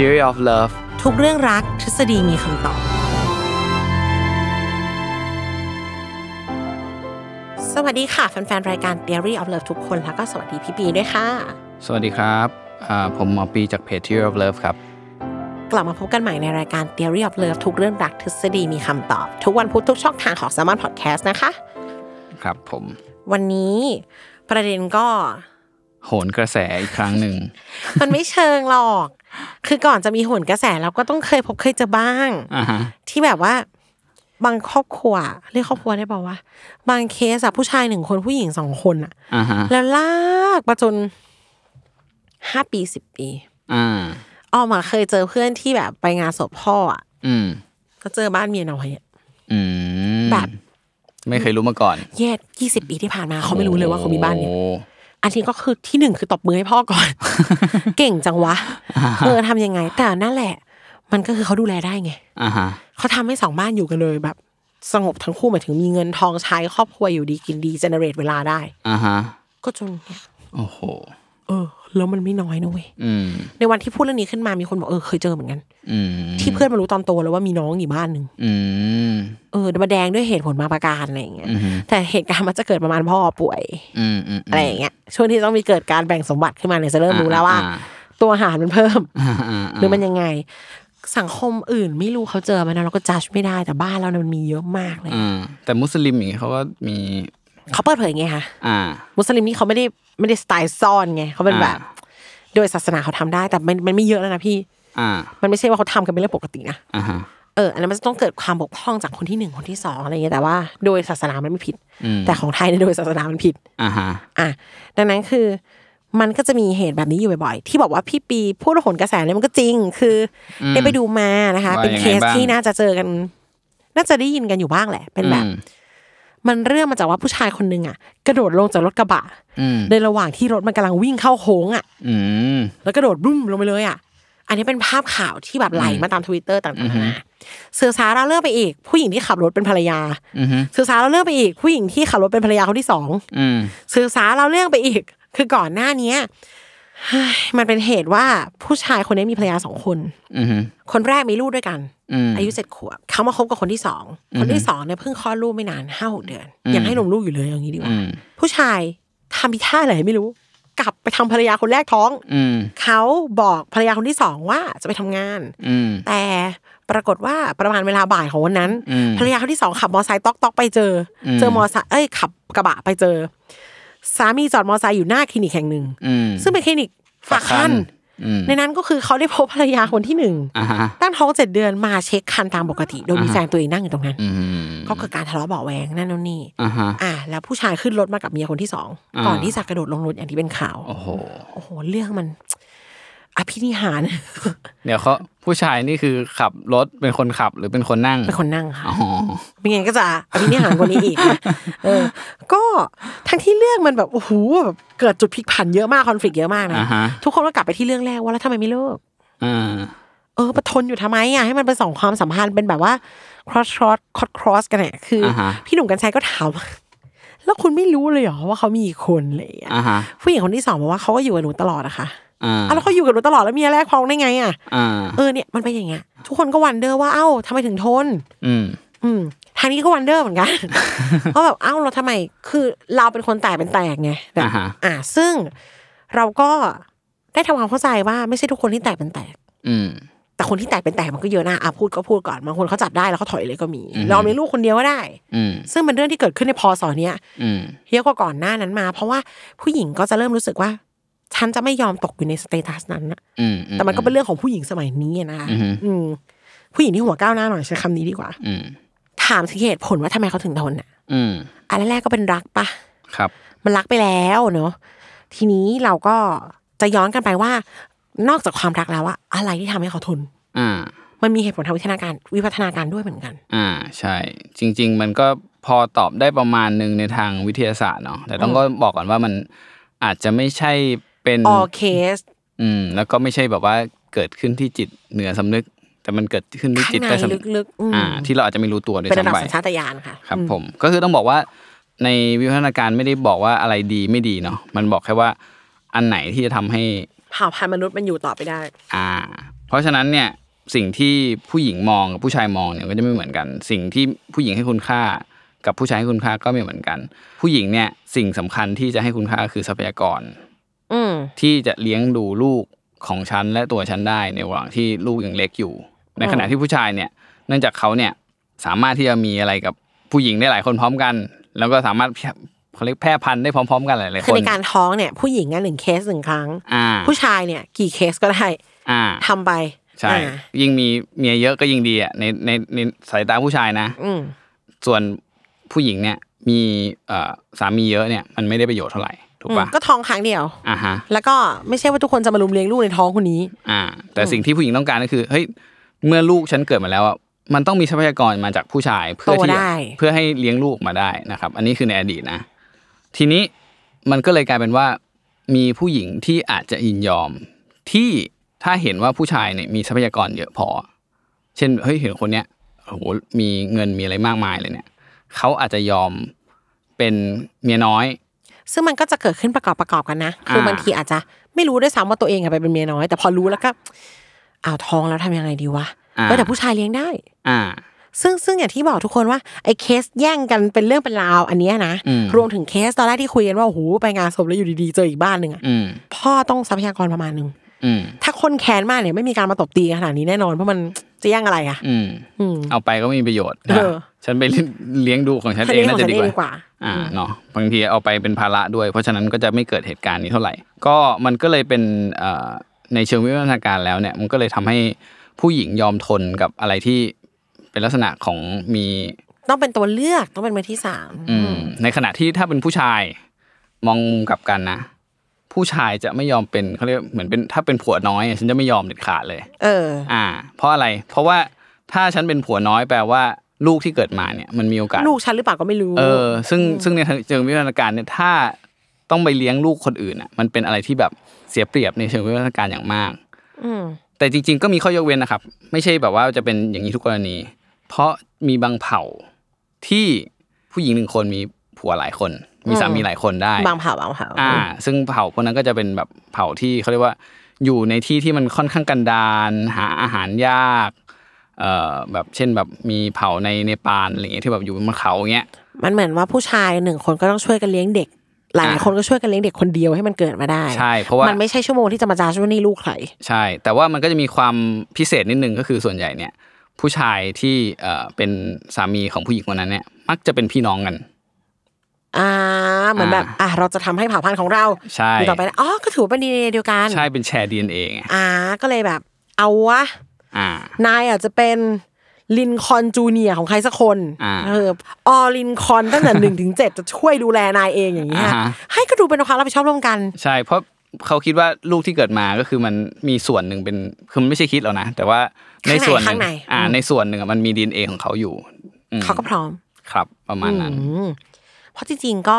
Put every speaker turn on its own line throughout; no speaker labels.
Theory of Love
ทุกเรื่องรักทฤษฎีมีคำตอบ สวัสดีค่ะแฟนๆ รายการ Theory of Love ทุกคนแล้วก็สวัสดีพี่ปีด้วยค่ะ
สวัสดีครับอ่าผมหมอปีจากเพจ Theory of Love ครับ
กลับมาพบกันใหม่ในรายการ Theory of Love ทุกเรื่องรักทฤษฎีมีคำตอบ ทุกวันพุธทุกช่องทางของ s ซ m o n Podcast นะคะ
ครับผม
วันนี้ประเด็นก็
โหนกระแสอีกครั้งหนึ่ง
มันไม่เชิงหรอก คือก่อนจะมีโหนกระแสเราก็ต้องเคยพบเคยเจอบ้าง
อ่าฮะ
ที่แบบว่า บางครอบครัว เรียกครอบครัวได้ป่าวะบางเคสอะผู้ชายหนึ่งคนผู้หญิงสองคนอะ
อ่าฮะ
แล้วลากมาจนห้าปีสิบปี
อ่า
อ้อมาเคยเจอเพื่อนที่แบบไปงานศพพ่ออะ
อืม
ก็เจอบ้านเมียน้อยอะ
อืม
แบบ
ไม่เคยรู้มาก่อน
แย่ยี่สิบปีที่ผ่านมาเขาไม่รู้เลยว่าเขามีบ้านเนี่ย
โอ้
อันนี้ก็คือที่หนึ่งคือตบมือให้พ่อก่อน เก่งจังวะเออทำยังไง แต่นั่นแหละ มันก็คือเขาดูแลได้ไง
อ่าฮะ
เขาทำให้สองบ้านอยู่กันเลยแบบ สงบทั้งคู่หมายถึงมีเงินทองใช้ครอบครัวอยู่ดีกินดีเจเนเรตเวลาได้
อ่าฮะ
ก็จนเนี่ย
โอ้โห
เออ แล้วมันไม่น้อยนะเว้ย
อืม
ในวันที่พูดเรื่องนี้ขึ้นมามีคนบอกเออเคยเจอเหมือนกัน
อืม
ที่เพื่อนมารู้ตอนโตแล้วว่ามีน้องอยู่บ้านหนึ่ง
อืม
เออมาแดงด้วยเหตุผลมางประการอะไรอย่างเงี้ย
อือฮึ
แต่เหตุการณ์มันจะเกิดประมาณพ่อป่วย
อืมอืม
อะไรอย่างเงี้ยช่วงที่ต้องมีเกิดการแบ่งสมบัติขึ้นมาเนี่ยจะเริ่มรู้แล้วว่า
อ่
ตัวอาหารมันเพิ่ม
อ่าอ่า
หรือมันยังไง สังคมอื่นไม่รู้เขาเจอไหมนะเราก็จัดไม่ได้แต่บ้านเราเนี่ยมันมีเยอะมากเลย
อ่าแต่มุสลิมอย่างเงี้ยเขาก็มี
เขาเปิดเผยไงคะ
อ่า
มุสลิมนี่เขาไม่ได้ไม่ได้สไตล์ซ่อนไงเขาเป็นแบบ
อ่า
โดยศาสนาเขาทำได้แต่มันมันไม่เยอะแล้วนะพี่
อ่า
มันไม่ใช่ว่าเขาทำกันเป็นเรื่องปกตินะ
อ่าฮะ
เอออันนั้นมันจะต้องเกิดความบกพร่องจากคนที่หนึ่งคนที่สองอะไรเงี้ยแต่ว่าโดยศาสนามันไม่ผิด
อืม
แต่ของไทยเนี่ยโดยศาสนามันผิด
อ่าฮะ
อ่ะดังนั้นคือมันก็จะมีเหตุแบบนี้อยู่บ่อยๆ ที่บอกว่าพี่ปีพูดว่าโหนกระแสเนี่ยมันก็จริง คืออได้ไปดูมานะคะ
ว่า
เป็น
ยังไง
เคส
บ้าง
ที่น่าจะเจอกัน น่าจะได้ยินกันอยู่บ้างแหละ เป็นแบบ
อืม
มันเรื่องมาจากว่าผู้ชายคนหนึ่งอ่ะ กระโดดลงจากรถกระบะ
อืม
ในระหว่างที่รถมันกำลังวิ่งเข้าโค้งอ่ะ
อืม
แล้วกระโดดบุ้มลงไปเลยอ่ะ อันนี้เป็นภาพข่าวที่แบบไหลมาตามทวิตเตอร์ต่างๆนานาสื่อสารเราเลิกไปอีก ผู้หญิงที่ขับรถเป็นภรรยา
อือฮึ
สื่อสารเราเลิกไปอีก ผู้หญิงที่ขับรถเป็นภรรยาคนที่สอง
อืม
สื่อสารเราเรื่องไปอีก คือก่อนหน้าเนี้ ยเฮ้ยมันเป็นเหตุว่าผู้ชายคนนี้มีภรรยาสองคน
อือฮึ
คนแรกมีลูกด้วยกัน
อืม
อายุเจ็ดขวบเขามาคบกับคนที่สอง คนที่สองเนี่ยเพิ่งคลอดลูกไม่นานห้าหกเดือน
อืม
ยังให้นมลูกอยู่เลยอย่างนี้ดีกว่า
อืม
ผู้ชายทำพิท่าอะไรไม่รู้ กลับไปทำภรรยาคนแรกท้อง
อืม
เขาบอกภรรยาคนที่สองว่าจะไปทำงาน
อืม
แต่ปรากฏว่าประมาณเวลาบ่ายของวันนั้น
อืม
ภรรยาคนที่สองขับมอไซค์ต๊อกต๊อกไปเจออ
ม
เจอมอไซค์เอ้ยขับกระบะไปเจอ สามีจอดมอไซค์อยู่หน้าคลินิกแห่งหนึ่ง
อืม
ซึ่งเป็นคลินิกฝากคัน
อืม
ในนั้นก็คือเขาได้พบภรรยาคนที่หนึ่ง
อ่าฮะ
ตั้งท้องเจ็ดเดือนมาเช็คคันตามปกติ โดยมีแฟนตัวเองนั่งอยู่ตรงนั้น
อืม
ก็เกิดการทะเลาะเบาะแวงนั่นนู่นนี่
อ่าฮะ
อ่ะแล้วผู้ชายขึ้นรถมากับเมียคนที่สอง
อ่า
ก่อนที่จะกระโดดลงรถอย่างที่เป็นข่าว
โอ้โห
โอ้โหเรื่องมันอภินิหาร
เดี๋ยวเขาผู้ชายนี่คือขับรถเป็นคนขับหรือเป็นคนนั่ง
เป็นคนนั่งค่ะ
อ๋อ
ไม่งั้นก็จะอภินิหารกว่านี้อีก นะ เออ ก็ทั้งที่เรื่องมันแบบโอ้โหแบบเกิดจุดพลิกผันเยอะมากคอนฟ lict เยอะมากนะ
อ่าฮะ
ทุกคนก็กลับไปที่เรื่องแรกว่าแล้วทำไมไม่เลิก
อ่า
เออประทนอยู่ทำไมอ่ะให้มันเป็นสองความสัมพันธ์เป็นแบบว่า cross cross cross cross กันเนี่ยคืออา
ฮะ
พี่หนุ่มกัญชัยก็ถามว่าแล้วคุณไม่รู้เลยเหรอว่าเขามีอีกคนเลยอ่ะ
อ่าฮะ
ผู้หญิงคนที่สองบอกว่าเขาก็อยู่กับหนูตลอดนะคะ
อ่า
อ่ะแล้วเขาอยู่กับหนูตลอดแล้วเมียแรกพองได้ไงอ่ะ
อ่า
เออเนี่ยมันเป็นอย่างเงี้ยทุกคนก็วันเดอร์ว่าเอ้าทำไมถึงทน
อืม
อืมทางนี้ก็วันเดอร์เหมือน กัน เพราะแบบเอ้าเราทำไมคือเราเป็นคนแตกเป็นแตกไงแบบ
อ่าฮะ
อ่าซึ่งเราก็ได้ทำความเข้าใจว่าไม่ใช่ทุกคนที่แตกเป็นแตก
อืม
แต่คนที่แตกเป็นแตกมันก็เยอะนะอ่ะพูดก็พูดก่อนบางคนเขาจับได้แล้วเขาถอยเลยก็มี
อืม
เรามีลูกคนเดียวก็ได้
อืม
ซึ่งเป็นเรื่องที่เกิดขึ้นในพศเนี้ย
อืม
เยอะกว่าก่อนหน้านั้นมา เพราะว่าผู้หญิงก็จะเริ่มรู้สึกว่า ฉันจะไม่ยอมตกอยู่ในสเตตัสนั้นนะ
อืม
แต่มันก็เป็นเรื่องของผู้หญิงสมัยนี้อะนะคะ
อืม
อืม ผู้หญิงที่หัวก้าวหน้าหน่อยใช้คำนี้ดีกว่า
อืม
ถามถึงเหตุผลว่าทำไมเขาถึงทนอ่ะ
อืม
อันแรกๆก็เป็นรักปะ
ครับ
มันรักไปแล้วเนอะทีนี้เราก็จะย้อนกันไปว่า นอกจากความรักแล้วอะอะไรที่ทำให้เขาทน
อ่า
มันมีเหตุผลทางวิทยาการวิวัฒนาการด้วยเหมือนกัน
อ่าใช่ จริง ๆ มันก็พอตอบได้ประมาณหนึ่งในทางวิทยาศาสตร์เนาะแต่ต้องก็บอกก่อนว่ามันอาจจะไม่ใช่เป็น
ออเคส
อืมแล้วก็ไม่ใช่แบบว่าเกิดขึ้นที่จิตเหนือสำนึก แต่มันเกิดขึ้นที่จิตใต้สำนึ
ข้างในลึกๆอืม
อ่า ที่เราอาจจะไม่รู้ตัวด้วย
เป็นระดับ
ซ้ำไป
สัญชาตญาณค่ะ
ครับ ผมก็คือต้องบอกว่า ในวิวัฒนาการไม่ได้บอกว่าอะไรดีไม่ดีเนาะมันบอกแค่ว่าอันไหนที่จะทำให้
เผ่าพันธุ์มนุษย์มันอยู่ต่อไปได้
อ่า เพราะฉะนั้นเนี่ยสิ่งที่ผู้หญิงมองกับผู้ชายมองเนี่ยก็จะไม่เหมือนกัน สิ่งที่ผู้หญิงให้คุณค่า กับผู้ชายให้คุณค่าก็ไม่เหมือนกัน ผู้หญิงเนี่ยสิ่งสำคัญที่จะให้คุณค่าคือทรัพยากร
อืม
ที่จะเลี้ยงดูลูกของฉันและตัวฉันได้ในระหว่างที่ลูกยังเล็กอยู่ ในขณะที่ผู้ชายเนี่ย เนื่องจากเขาเนี่ยสามารถที่จะมีอะไรกับผู้หญิงได้หลายคนพร้อมกัน แล้วก็สามารถแพร่เขาเรียกแพร่พันธุ์ได้พร้อม ๆ กันหลายๆ
คื
ค
อน ในการท้องเนี่ย ผู้หญิงอ่ะหนึ่งเคสหนึ่งครั้ง
อ่า
ผู้ชายเนี่ย กี่เคสก็ได้
อ่า
ทำไป
ใช่
อ่า
ยิ่งมีเมียเยอะก็ยิ่งดีอ่ะในในในสายตาผู้ชายนะ
อืม
ส่วนผู้หญิงเนี่ยมีเอ่อสามีเยอะเนี่ยมันไม่ได้ประโยชน์เท่าไหร่ถูกปะ
ก็ท้องครั้งเดียว
อ่าฮะ
แล้วก็ไม่ใช่ว่าทุกคนจะมารุมเลี้ยงลูกในท้องคนนี้
อ่า แต่สิ่งที่ผู้หญิงต้องการก็คือเฮ้ยเมื่อลูกฉันเกิดมาแล้วอ่ะมันต้องมีทรัพยากรมาจากผู้ชายเพื่อที่
โตได้
เพื่อให้เลี้ยงลูกมาได้นะครับ อันนี้คือในอดีตนะ ทีนี้มันก็เลยกลายเป็นว่ามีผู้หญิงที่อาจจะยินยอม ที่ถ้าเห็นว่าผู้ชายเนี่ยมีทรัพยากรเยอะพอ เช่นเฮ้ยเห็นคนเนี้ยโอ้โหมีเงินมีอะไรมากมายเลยเนี่ยเขาอาจจะยอมเป็นเมียน้อย
ซึ่งมันก็จะเกิดขึ้นประกอบประกอบกันนะ คือ
อ่า
บางทีอาจจะไม่รู้ด้วยซ้ำว่าตัวเองอะไปเป็นเมียน้อย แต่พอรู้แล้วก็อ้าวท้องแล้วทำยังไงดีวะ
อ่า
เออแต่ผู้ชายเลี้ยงได้
อ่า
ซึ่งซึ่งอย่างที่บอกทุกคนว่าไอ้เคสแย่งกันเป็นเรื่องเป็นราวอันเนี้ยนะ
อืม
รวมถึงเคสตอนแรกที่คุยกันว่าโอ้โหไปงานศพแล้วอยู่ดีๆเจออีกบ้านหนึ่งอะ
อืม
พ่อต้องทรัพยากรประมาณหนึ่ง
อืม
ถ้าคนแค้นมากเนี่ยไม่มีการมาตบตีกันขนาดนี้แน่นอนเพราะมันจะแย่งอะไรอะ
อืม
อืม
เอาไปก็ไม่มีประโยชน์
เออ
นะฉันไปเลี้ยงดูของฉัน
ฉัน
เอง
เลี้ยงข
น่า
อง
จะ
ฉัน
ดี
เองดี
ก
ก
ว่า
ว่า
อ่า เนาะ บางทีเอาไปเป็นภาระด้วย เพราะฉะนั้นก็จะไม่เกิดเหตุการณ์นี้เท่าไหร่ ก็มันก็เลยเป็นเอ่อในเชิงวิวัฒนาการแล้วเนี่ย มันก็เลยทำให้ผู้หญิงยอมทนกับอะไรที่เป็นลักษณะของมี
ต้องเป็นตัวเลือกต้องเป็นมือที่สาม
อืม ในขณะที่ถ้าเป็นผู้ชายมองมุมกลับกันนะ ผู้ชายจะไม่ยอมเป็นเขาเรียกเหมือนเป็นถ้าเป็นผัวน้อยอะฉันจะไม่ยอมเด็ดขาดเลย
เออ
อ่า เพราะอะไร เพราะว่าถ้าฉันเป็นผัวน้อยแปลว่าลูกที่เกิดมาเนี่ยมันมีโอกาส
ลูกฉันหรือเปล่าก็ไม่รู้
เออ ซึ่งซึ่งในทางเชิงวิวัฒนาการเนี่ยถ้าต้องไปเลี้ยงลูกคนอื่นอ่ะ มันเป็นอะไรที่แบบเสียเปรียบในเชิงวิวัฒนาการอย่างมาก
อืม
แต่จริง ๆ ก็มีข้อยกเว้นนะครับ ไม่ใช่แบบว่าจะเป็นอย่างนี้ทุกกรณี เพราะมีบางเผ่าที่ผู้หญิงหนึ่งคนมีผัวหลายคน มีสามีหลายคนได้
บางเผ่าบางเผ่า
อ่า ซึ่งเผ่าพวกนั้นก็จะเป็นแบบเผ่าที่เขาเรียกว่า อยู่ในที่ที่มันค่อนข้างกันดารหาอาหารยาก เอ่อแบบเช่นแบบมีเผ่าในเนปาลอะไรอย่างเงี้ยที่แบบอยู่บนเขาอย่างเงี้ย
มันเหมือนว่าผู้ชายหนึ่งคนก็ต้องช่วยกันเลี้ยงเด็ก หลาย
อ่า
ๆคนก็ช่วยกันเลี้ยงเด็กคนเดียวให้มันเกิดมาได้
ใช่เพราะว่า
นไม่ใช่ชั่วโมงที่จะมาจ้าช่วยนี่ลูกใคร
ใช่ แต่ว่ามันก็จะมีความพิเศษนิดนึงก็คือส่วนใหญ่เนี่ย ผู้ชายที่เอ่อเป็นสามีของผู้หญิงคนนั้นเนี่ยมักจะเป็นพี่น้องกัน
อ่าเหมือน
อ่า
แบบอ่ะเราจะทำให้เผ่าพันธุ์ของเรา
ใช่
อยู่ต่อไปนะอ๋อก็ถือว่าเป็นดีเดียวกัน
ใช่เป็นแชร์ดีเอ็นเอง
อ่าก็เลยแบบ เอาวะ
อ่า
นายอาจจะเป็นลินคอล์นจูเนียร์ของใครสักคน
อ่า
เออออลินคอล์นตั้งแต่ หนึ่งถึงเจ็ดจะช่วยดูแลนายเองอย่างเงี้ย
อ่าฮะ
ให้ก็ดูเป็นความรับผิดชอบร่วมกัน
ใช่ เพราะเขาคิดว่าลูกที่เกิดมาก็คือมันมีส่วนหนึ่งเป็นคือมันไม่ใช่คิดหรอกนะ แต่ว่าใน
ข้างใน
ส่วนหนึ่
ข้าง งใน
อ่า ในส่วนหนึ่งอะมันมีดีเอ็นเอของเขาอยู่อืม
เขาก็พร้อม
ครับประมาณนั้น
อืมเพราะจริงๆก็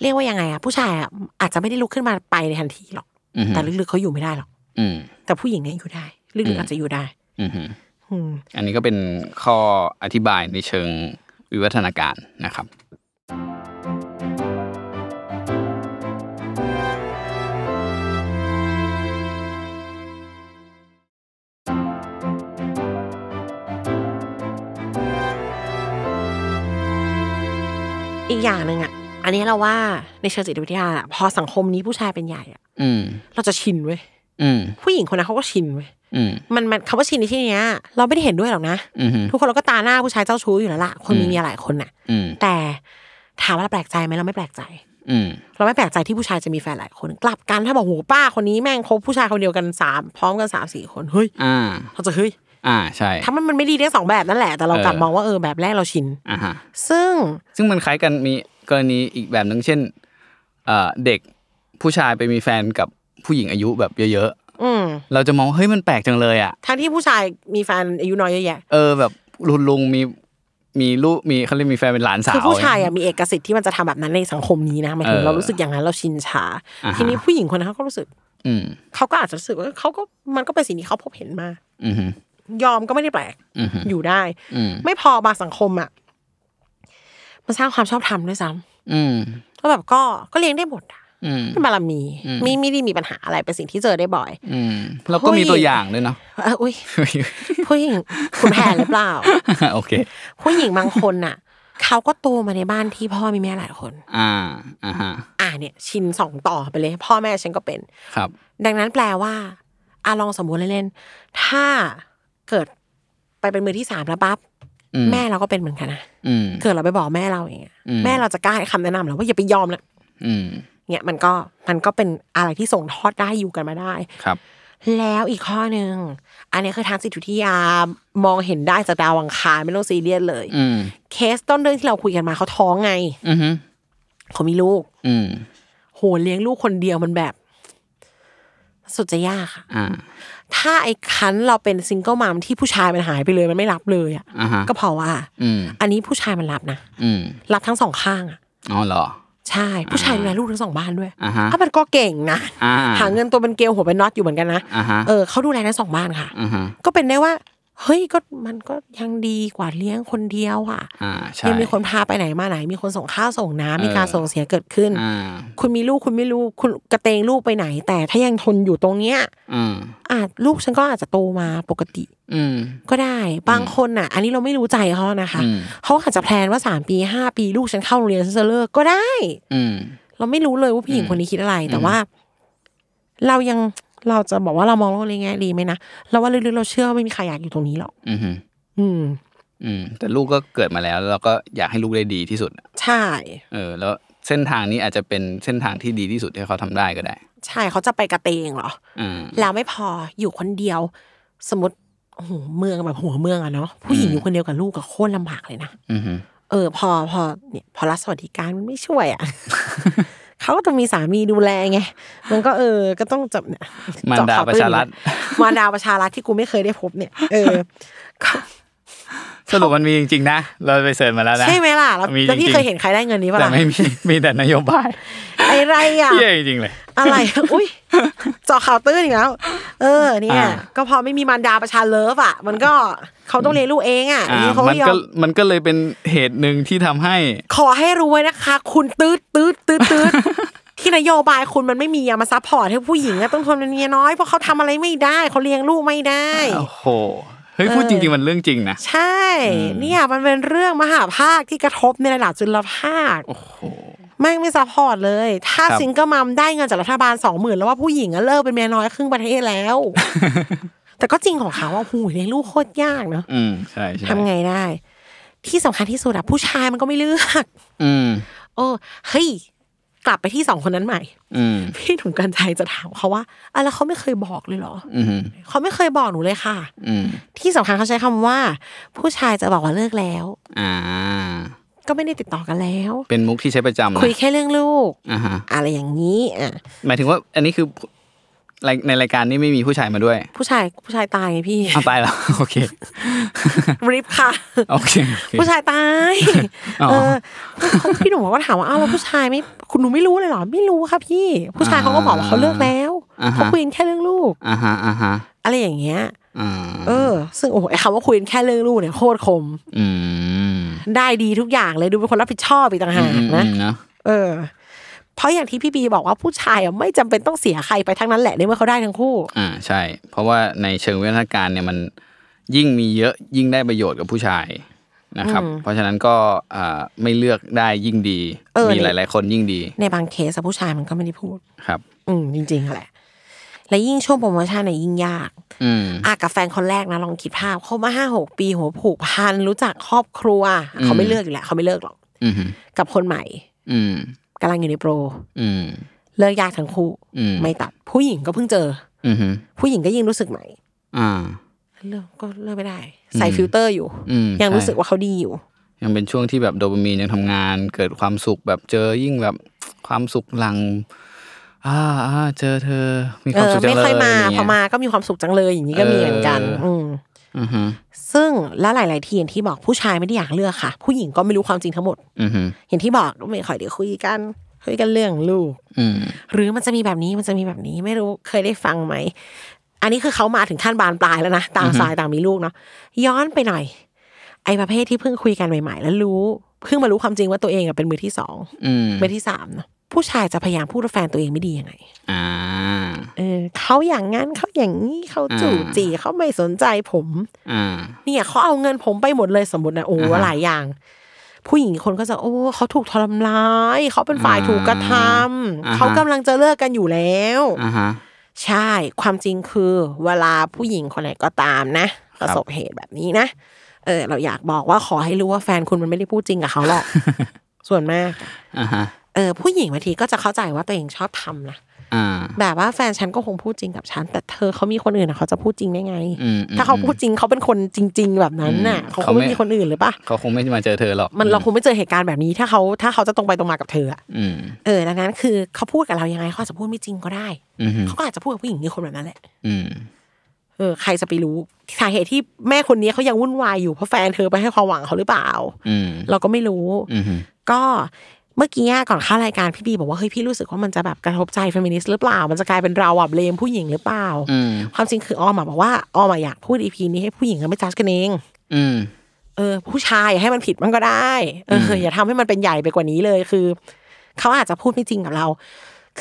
เรียกว่ายังไงอะผู้ชายอะอาจจะไม่ได้ลุกขึ้นมาไปในทันทีหรอก
อือฮึ
แต่ลึกๆเขาอยู่ไม่ได้หรอก
อืม
แต่ผู้หญิงเนี่ยอยู่ได้ลึกๆอาจจะอยู่ได้
อือหือ
อืม
อันนี้ก็เป็นข้ออธิบายในเชิงวิวัฒนาการนะครับ
อ อย่างหนึ่งอ่ะ อันนี้เราว่าในเชิงจิตวิทยาอะพอสังคมนี้ผู้ชายเป็นใหญ่อะ
อืม
เราจะชินเว้ย
อืม
ผู้หญิงคนนั้นเขาก็ชินเว้ย
อืม
มันมันคำว่าชินในที่เนี้ยเราไม่ได้เห็นด้วยหรอกนะ
อืม
ทุกคนเราก็ตาหน้าผู้ชายเจ้าชู้อยู่แล้วล่ะคนมี
อืม
เมียหลายคนน่ะ
อืม
แต่ถามว่าเราแปลกใจไหมเราไม่แปลกใจ
อืม
เราไม่แปลกใจที่ผู้ชายจะมีแฟนหลายคน กลับกันถ้าบอกโหป้าคนนี้แม่งคบผู้ชายคนเดียวกันสามพร้อมกันสามสี่คนเฮ้ย
อ่า
เราจะเฮ้ย
อ่า ใช่
ถ้ามันมันไม่ดีทั้งสองแบบนั่นแหละ แต่เรากลับมองว่าเออแบบแรกเราชิน
อ่าฮะ
ซึ่ง
ซึ่งมันคล้ายกันมีกรณีอีกแบบหนึ่งเช่นเอ่อเด็กผู้ชายไปมีแฟนกับผู้หญิงอายุแบบเยอะ
อืม
ๆ เราจะมองเฮ้ยมันแปลกจังเลยอ่ะ
ทั้งที่ผู้ชายมีแฟนอายุน้อยเยอะแยะ
เออแบบลุงลุงมีมีลูกมีเขาเรียกมีแฟนเป็นหลานสาว
คือผู้ชายอะมีเอกสิทธิ์ที่มันจะทำแบบนั้นในสังคมนี้นะหมายถึง
เออ
เรารู้สึกอย่างนั้นเราชินชา
อ่าฮะ
ทีนี้ผู้หญิงคนนั้นเขาก็รู้สึก
อืม
เขาก็อาจจะรู้สึกว่าเขาก็มันก็เป็นสิ่งที่เขาพบเห็นมา
อืม
ยอมก็ไม่ได้แปลก
อืม
อยู่ได้
อืม
ไม่พอบางสังคมอะมันสร้างความชอบธรรมด้วยซ้
อืม
ำก็แบบก็ก็เลี้ยงได้หมดอะ
อืม
เป็นบารมี
อืม
ไม่ไม่ได้มีปัญหาอะไรเป็นสิ่งที่เจอได้บ่อย
อืมแล้วก็มีตัวอย่างด้วยเนาะ
เอออุ้ยผู้หญิงคุณแผนหรือเปล่า
โอเค
ผู้หญิงบางคนน่ะเขาก็โตมาในบ้านที่พ่อมีแม่หลายคน
อ่าอ่าฮะ
อ่าเนี่ยชินสองต่อไปเลย พ่อแม่ฉันก็เป็น
ครับ
ดังนั้นแปลว่าอ่ะลองสมมติเล่นๆถ้าเกิดไปเป็นมือที่สามแล้วปั๊บ
อืม
แม่เราก็เป็นเหมือนกันนะ
อืม
เกิดเราไปบอกแม่เราอย่างเงี้ย
อืม
แม่เราจะกล้าให้คำแนะนำเหรือว่าอย่าไปยอมนะ
อืม
เนี่ยมันก็มันก็เป็นอะไรที่ส่งทอดได้อยู่กันมาได้
ครับ
แล้วอีกข้อหนึ่งอันนี้คือทางจิตวิทยามองเห็นได้จากดาวอังคารไม่ต้องซีเรียสเลย
อืม
เคสต้นเรื่องที่เราคุยกันมาเขาท้องไง
อืมฮึ
เขามีลูก
อืม
โหเลี้ยงลูกคนเดียวมันแบบ สุดจะยากอะ
อ่า
ถ้าไอ้คันเราเป็นซิงเกิลมัมที่ผู้ชายมันหายไปเลยมันไม่รับเลยอ่ะ
อ่าฮะ
ก็เพราะว่า
อืม
อันนี้ผู้ชายมันรับนะ
อืม
รับทั้งสองข้างอ่ะ
อ๋อเหรอ
ใช่ ผู้ชายดูแลลูกทั้งสองบ้านด้วย
อ่าฮะ
ถ้ามันก็เก่งนะ
อ่า
หาเงินตัวเป็นเกลียวหัวเป็นน็อตอยู่เหมือนกันนะ
อ่าฮะ
เออเขาดูแลทั้งสองบ้านค่ะ
อ่าฮะ
ก็เป็นได้ว่า เฮ้ยก็มันก็ยังดีกว่าเลี้ยงคนเดียวอ่ะ
อ่าใช่
ยังมีคนพาไปไหนมาไหน มีคนส่งข้าวส่งน้ำมีการ
เออ
ส่งเสียเกิดขึ้น
อ่า
คุณมีลูกคุณไม่รู้คุณกระเตงลูกไปไหน แต่ถ้ายังทนอยู่ตรงเนี้ย
อืม
อาจลูกฉันก็อาจจะโตมาปกติ
อืม
ก็ได้ บางคนน่ะ อันนี้เราไม่รู้ใจเขานะคะ
อืม
เขาอาจจะแพลนว่าสามปีห้าปีลูกฉันเข้าโรงเรียนฉันจะเลิกก็ได้
อืม
เราไม่รู้เลยว่าผู้หญิงคนนี้คิดอะไร แต่ว่า เรายังเราจะบอกว่าเรามองโลกในแง่ดีไหมนะเราว่าลึกๆเราเชื่อว่าไม่มีใครอยากอยู่ตรงนี้หรอก
อืมฮึ
อืม
อืมแต่ลูกก็เกิดมาแล้วแล้วเราก็อยากให้ลูกได้ดีที่สุด
ใช่
เออ แล้วเส้นทางนี้อาจจะเป็นเส้นทางที่ดีที่สุดที่เขาทำได้ก็ได้
ใช่เขาจะไปกระเตงเหรอ
อืม
แล้วไม่พออยู่คนเดียว สมมติโอ้โหเมืองแบบหัวเมืองอะเนาะผู้หญิงอยู่คนเดียวกับลูกกับโคตรลำบากเลยนะ
อืมฮึ
เออพอพอเนี่ยพอรัฐสวัสดิการมันไม่ช่วย อ่ะ เขาก็ต้องมีสามีดูแลไง มันก็เออ ก็ต้องจับเนี่ย
มันดาประชารัฐ
มารดาประชารัฐที่กูไม่เคยได้พบเนี่ย เออ
สรุปมันมีจริง ๆ นะ เราไปเสิร์ชมาแล้วนะ
ใช่ไหมล่ะแล้ว
มี
แล้ว
จ
พี่
ริงๆ
เคยเห็นใครได้เงินนี้ป่ะ
แต่
ล่ะ
ไม่มี มีแต่นโยบาย
ไอ้ไรอ่ะ
เย่จริงๆเลย
อะไร อุ้ยเจอข่าวตื้นอีกแล้ว เออ เนี่ย
อ่า
ก็พอไม่มีมารดาประชาเลิฟอ่ะ มันก็เขาต้องเลี้ยงลูกเองอ่ะ
อ่า
นี่เขา
มัน
ไม่ยอ
ก็
ม
มันก็เลยเป็นเหตุหนึ่งที่ทำให้
ขอให้รู้ไว้นะคะ คุณตืดตืดตืดตืด ที่นโยบายคุณมันไม่มีอะมาซัพพอร์ตให้ผู้หญิงอะต้องทนเป็นเมียน้อยเพราะเขาทำอะไรไม่ได้เขาเลี้ยงลูกไม่ได้
โอ้โห เฮ้ยพูดจริง ๆ มันเรื่องจริงนะ
ใช่ เนี่ยมันเป็นเรื่องมหาภาคที่กระทบในระดับจุลภาคแม่งไม่ซัพพอร์ตเลย ถ้า
ครับ
ซิงเกิลมัมได้เงินจากรัฐบาลสองหมื่นแล้วว่าผู้หญิงอะเลิกเป็นเมียน้อยครึ่งประเทศแล้ว แต่ก็จริงของเขาว่าหูยเลี้ยงลูกโคตรยากเนอะ
อืมใช่ใช่
ทำไงได้ ที่สำคัญที่สุดอะผู้ชายมันก็ไม่เลือก
อืม
โอ้เฮ้ย กลับไปที่สองคนนั้นใหม่
อืม
พี่หนุ่มกันชัยจะถามเขาว่าอะแล้วเขาไม่เคยบอกเลยเหรอ
อืม
เขาไม่เคยบอกหนูเลยค่ะ
อืม
ที่สำคัญเขาใช้คำว่า ผู้ชายจะบอกว่าเลิกแล้ว
อ่า
ก็ไม่ได้ติดต่อกันแล้ว
เป็นมุกที่ใช้ประจำนะ
คุยแค่เรื่องลูก
อ่าฮะ
อะไรอย่างนี้อ่ะ
หมายถึงว่าอันนี้คือในในรายการนี้ไม่มีผู้ชายมา ด้วย
ผู้ชายผู้ชายตายไงพี่
เอาวตายแล้ว โอเค
ริบค่ะ
โอเคโอเค
ผู้ชายตาย
อ๋อ
เออพี่หนุ่มเขาก็ถามว่าอ้าวแล้วผู้ชายไม่คุณหนูไม่รู้เลยเหรอไม่รู้ค่ะพี่ ผู้ชายเขาก็บอกว่าเขาเลิกแล้วเขาคุยกันแค่เรื่องลูก
อ่าฮะอ่าฮะ
อะไรอย่างเงี้ย
อ่า
เออ ซึ่งโอ้โหไอ้คำว่าคุยกันแค่เรื่องลูกเนี่ยโคตรคม
อืม
ได้ดีทุกอย่างเลยดูเป็นคนรับผิดชอบอีกต่างหาก
อืม
นะ
เนอะ
เออ เพราะอย่างที่พี่บีบอกว่าผู้ชายอ่ะไม่จำเป็นต้องเสียใครไปทั้งนั้นแหละในเมื่อเขาได้ทั้งคู่
อ่าใช่ เพราะว่าในเชิงวิวัฒนาการเนี่ยมันยิ่งมีเยอะยิ่งได้ประโยชน์กับผู้ชาย นะครับ เพราะฉะนั้นก็อ่าไม่เลือกได้ยิ่งดี
เออ
มี
นี่
หลาย ๆ คนยิ่งดี
ในบางเคสอะผู้ชายมันก็ไม่ได้พูด
ครับ
อืมจริงๆแหละ และยิ่งช่วงโปรโมชั่นน่ะยิ่งยาก
อืม
อ่ะกับแฟนคนแรกนะลองคิดภาพเขามาห้าหกปีหัวผูกพันรู้จักครอบครัว เขาไม่เลิกอยู่แล้วเขาไม่เลิกหรอก
อืม
กับคนใหม่
อืม
กำลังอยู่ในโปร
อืม
เลิกยากทั้งคู่
อืม
ไม่ตัดผู้หญิงก็เพิ่งเจอ
อืม
ผู้หญิงก็ยิ่งรู้สึกใหม่
อ่า
เลิกก็เลิกไม่ได้ ใส่ฟิลเตอร์อยู่
อืม
ยังรู้
ใช่
สึกว่าเขาดีอยู่
ยังเป็นช่วงที่แบบโดปามีนยังทำงาน เกิดความสุขแบบเจอยิ่งแบบความสุขหลังอ่าอ่าเจอเธอ มีค
เอ
วาม
อ
สุขจังเลย
ไม่ค่อย
ะ
มา
ไรเงี้ย
พอมาก็มีความสุขจังเลยอย่างนี้ก็มีเหมือนกัน
เอออื
อืม
อือฮึ
ซึ่งและหลาย ๆ ทีอย่างที่บอกผู้ชายไม่ได้อยากเลือกค่ะ ผู้หญิงก็ไม่รู้ความจริงทั้งหมด
อือฮึ
อย่างที่บอกไม่ค่อยได้คุยกันคุยกันเรื่องลูก
อืม
หรือมันจะมีแบบนี้มันจะมีแบบนี้ไม่รู้เคยได้ฟังไหม อันนี้คือเขามาถึงขั้นบานปลายแล้วนะต่างฝ่ายต่างมีลูกเนาะย้อนไปหน่อย ไอ้ประเภทที่เพิ่งคุยกันใหม่ ๆ แล้วรู้เพิ่งมารู้ความจริงว่าตัวเองอะเป็นมือที่สอง
อืม
มือที่สามเนาะผู้ชายจะพยายามพูดว่าแฟนตัวเองไม่ดียังไง
อ่า
เออเขาอย่างนั้นเขาอย่างนี้เขาจู่
อ่า
จีเขาไม่สนใจผม
อ่า
เนี่ยเขาเอาเงินผมไปหมดเลยสมมตินะโอ้
อ่าฮะ
หลายอย่าง ผู้หญิงคนก็จะโอ้เขาถูกทรมานเขาเป็นฝ่ายถูกกระท
อ่าอ่า
ำ
ฮะ
เขากำลังจะเลิกกันอยู่แล้ว
อ่าฮะ
ใช่ความจริงคือเวลาผู้หญิงคนไหนก็ตามนะ ประสบเหตุแบบนี้นะ เออ เราอยากบอกว่าขอให้รู้ว่าแฟนคุณมันไม่ได้พูดจริงกับเขา หรอก ส่วนมากอะ
อ่าฮะ
เออผู้หญิงบางทีก็จะเข้าใจว่าตัวเองชอบทำนะ
อ่า
แบบว่าแฟนฉันก็คงพูดจริงกับฉันแต่เธอเขามีคนอื่นอะเขาจะพูดจริงได้ไง
อืมอืม
ถ้าเขาพูดจริงเขาเป็นคนจริง ๆ แบบนั้นน่ะ
อืม
เขาค
เขา
ง
ไม่
ไม่มีคนอื่นหรือปะ
เขาคงไม่มาเจอเธอหรอก
มันเราคงไม่เจอเหตุการณ์แบบนี้ถ้าเขาถ้าเขาจะตรงไปตรงมากับเธออะ
อืม
เออดังนั้นคือเขาพูดกับเรายังไงเขาอาจจะพูดไม่จริงก็ได้
อืม
เขาก็อาจจะพูดกับผู้หญิงนี่คนแบบนั้นแหละ
อืม
เออใครจะไปรู้สาเหตุที่แม่คนนี้เขายังวุ่นวายอยู่เพราะแฟนเธอไปให้ความหวังเขาหรือเปล่า
อืม
เราก็ไม่รู้
อืม
ก็เมื่อกี้ก่อนเข้ารายการพี่บีบอกว่าเฮ้ยพี่รู้สึกว่ามันจะแบบกระทบใจเฟมินิสต์หรือเปล่า มันจะกลายเป็นเราอ่ะเบลมผู้หญิงหรือเปล่า
อืม
ความจริงคือออมอะบอกว่าออมอะอยากพูดอีพีนี้ให้ผู้หญิงอะไม่จัดกันเอง
อืม
เออผู้ชายให้มันผิดมันก็ได้เอออ
ม
อย่าทำให้มันเป็นใหญ่ไปกว่านี้เลยคือเขาอาจจะพูดไม่จริงกับเรา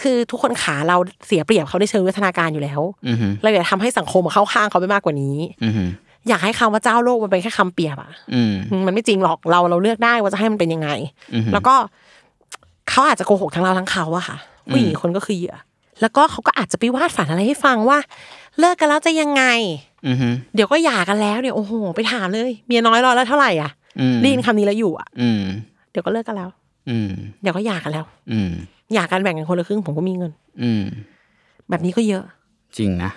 คือทุกคนขาเราเสียเปรียบเขาในเชิงวิทนาการอยู่แล้ว
อืม
เราอย่าทำให้สังคมเข้าข้างเขาไปมากกว่านี้
อืม
อยากให้คำว่าเจ้าโลกมันเป็นแค่คำเปรียบอะ
อืม
อืมมันไม่จริงหรอกเราเราเลือกได้ว่าจะให้มันเป็นยังไง
อืม
แล้วก็เขาอาจจะโกหกทั้งเราทั้งเขาอะค่ะผู้หญิงคนก็คือเหยื่อ แล้วก็เขาก็อาจจะไปวาดฝันอะไรให้ฟังว่า เลิกกันแล้วจะยังไง
อืม
เดี๋ยวก็หย่ากันแล้วเดี๋ยวโอ้โหไปถามเลยเมียน้อยรอแล้วเท่าไหร่อะ
อืม
ได้ยินคำนี้แล้วอยู่อะ
อืม
เดี๋ยวก็เลิกกันแล้ว
อืม
เดี๋ยวก็หย่ากันแล้ว
อืม
หย่ากันแบ่งกันคนละครึ่งผมก็มีเงิน
อืม
แบบนี้ก็เยอะ
จริงนะ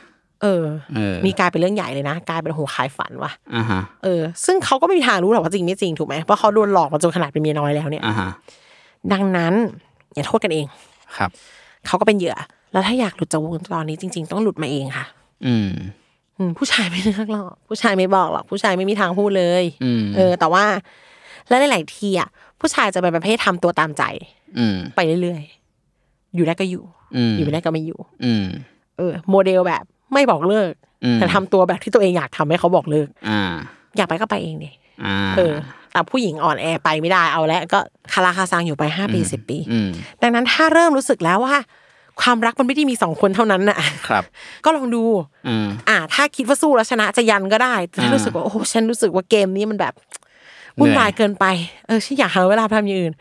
เออ
เออ
มีกลายเป็นเรื่องใหญ่เลยนะกลายเป็นโอ้โหขายฝันว่ะ
อ่าฮะ
เออซึ่งเขาก็ไม่มีทางรู้หรอกว่าจริงไม่จริงถูกไหมเพราะเขาโดนหลอกมาจนขนาดเป็นเมียน้อยแล้วเนี่ย
อ่าฮะ
ดังนั้นอย่าโทษกันเอง
ครับ
เขาก็เป็นเหยื่อ แล้วถ้าอยากหลุดจากวงจรนี้จริง ๆ ต้องหลุดมาเองค่ะ
อืม
อืมผู้ชายไม่เลือกหรอกผู้ชายไม่บอกหรอกผู้ชายไม่มีทางพูดเลย
อืม
เออ แต่ว่า และหลายๆทีอ่ะผู้ชายจะเป็นประเภททำตัวตามใจ
อืม
ไปเรื่อยๆ อยู่ได้ก็อยู่
อืม
อยู่ไม่ได้ก็ไม่อยู่
อืม
เออ โมเดลแบบไม่บอกเลิก
อืม
แต่ทำตัวแบบที่ตัวเองอยากทำให้เขาบอกเลิก
อ่า
อยากไปก็ไปเองดิ
อ่า
เออแต่ผู้หญิงอ่อนแอไปไม่ได้เอาแล้วก็คาราคาซังอยู่ไปห้าปีสิบปี
อืม
ดังนั้นถ้าเริ่มรู้สึกแล้วว่า ความรักมันไม่ได้มีสองคนเท่านั้นน่ะ
ครับ
ก็ลองดู
อ่า
อ่า ถ้าคิดว่าสู้แล้วชนะจะยันก็ได้แต่ถ้า
อ่า
รู้สึกว่าโอ้โหฉันรู้สึกว่าเกมนี้มันแบบวุ่นวายเกินไปเออฉันอยากหาเวลาไปทำอย่างอื่น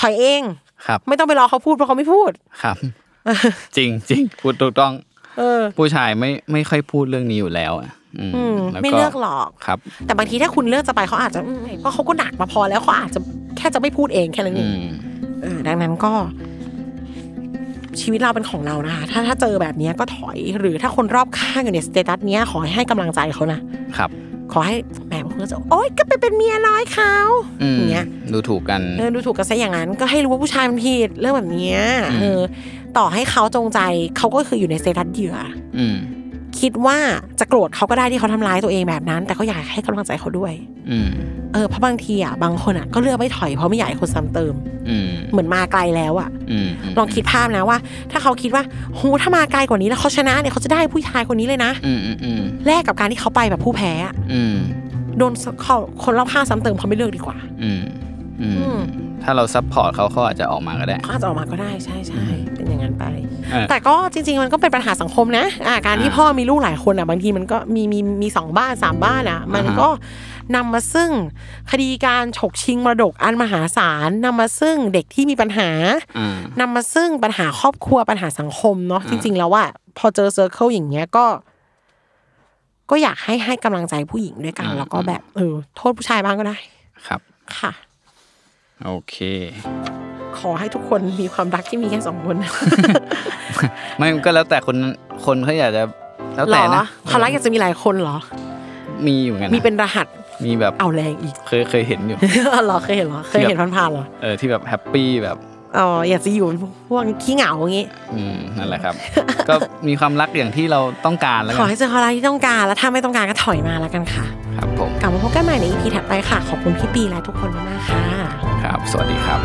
ถอยเอง
ครับ
ไม่ต้องไปรอเขาพูดเพราะเขาไม่พูด
ครับ จริงจริงพูดถูกต้อง
เออ
ผู้ชายไม่ไม่ค่อยพูดเรื่องนี้อยู่แล้วอะอืม
อืม
แว
ไม่เลือกหรอก
ครับ
แต่บางทีถ้าคุณเลือกจะไปเขาอาจจะอืมเพราะเขาก็หนักมาพอแล้วเขาอาจจะแค่จะไม่พูดเองแค่นั้นเอ
อื
ง
ม
เออดังนั้นก็ ชีวิตเราเป็นของเรานะคะถ้าถ้าเจอแบบเนี้ยก็ถอยหรือถ้าคนรอบข้างอยู่ในสเตตัสเนี้ยขอให้ให้กำลังใจเขานะ
ครับ
ขอให้แหมบางคนก็จะโอ๊ยก็ไปเป็นเมียน้อยเขา
อืม
อย่างเงี้ย
ดูถูกกัน
เออดูถูกกันซะอย่างนั้นก็ให้รู้ว่าผู้ชายมันผิดเรื่องแบบเนี้ย
อืม
เออ ต่อให้เขาจงใจเขาก็คืออยู่ในสเซตัสเหยื่อ
อืม
คิดว่าจะโกรธเขาก็ได้ที่เขาทำร้ายตัวเองแบบนั้น แต่ก็อยากให้กำลังใจเขาด้วย
อืม
เออเพราะบางทีอ่ะบางคนอ่ะก็เลือกไม่ถอยเพราะไม่อยากให้คนซ้ำเติม
อืม
เหมือนมาไกลแล้วอ่ะ
อืม
ลองคิดภาพนะว่า ถ้าเขาคิดว่าโหถ้ามาไกลกว่านี้แล้วเขาชนะเนี่ยเขาจะได้ผู้ชายคนนี้เลยนะ
อืมอืมอืม
แลกกับการที่เขาไปแบบผู้แพ้อะ
อืม
โดนเขาคนรอบข้างซ้ำเติมเขาไม่เลือกดีกว่า
อืมอืม
อืม
ถ้าเราซัพพอร์ตเขาเขาอาจจะออกมาก็ได้
เขาอาจจะออกมาก็ได้ใช่ใช่เป็นอย่างนั้นไป
เออ
แต่ก็จริง ๆ มันก็เป็นปัญหาสังคมนะอ่าการที่
อ่า
พ่อมีลูกหลายคนอ่ะบางทีมันก็มีมีมีสองบ้านสามบ้านอ่ะ มันก็นำมาซึ่งคดีการฉกชิงมรดกอันมหาศาลนำมาซึ่งเด็กที่มีปัญหา
อ่าน
ำมาซึ่งปัญหาครอบครัวปัญหาสังคมเนาะจริง ๆ แล้วว่าพอเจอเซอร์เคิลอย่างเงี้ยก็ ก็อยากให้ให้กำลังใจผู้หญิงด้วยกัน
อ่า
แล้วก็แบบเออโทษผู้ชายบ้างก็ได้
ครับ
ค่ะ
โอเค
ขอให้ทุกคนมีความรักที่มีแค่สองคน
ไม่ก็แล้วแต่คนคนเขาอยากจะแล้วแต่
หรอ
นะ
ความรักอยากจะมีหลายคนเหรอ
มีอยู่เหมือนกันะ
มีเป็นรหัส
มีแบบ
เอาแรงอีก
เคยเคยเห็นอยู่
เหรอเคยเห็นเหรอ เคยเห็นผ่านๆเหรอ
เออที่แบบแฮปปี้แบบ
อ๋ออยากจะอยู่เป็นพวกขี้เหงาอย่างงี้
อืมนั่นแหละครับ ก็มีความรักอย่างที่เราต้องการแล้ว
ข
กั
อน ให้เจอความรักที่ต้องการ แล้วถ้าไม่ต้องการก็ถอยมาแล้วกันค่ะ
ครับผม
กลับมาพบกันใหม่ใน EP ถัดไปค่ะ ขอบคุณพี่ปีและทุกคนมากๆค่ะ
ครับ สวัสดีครับ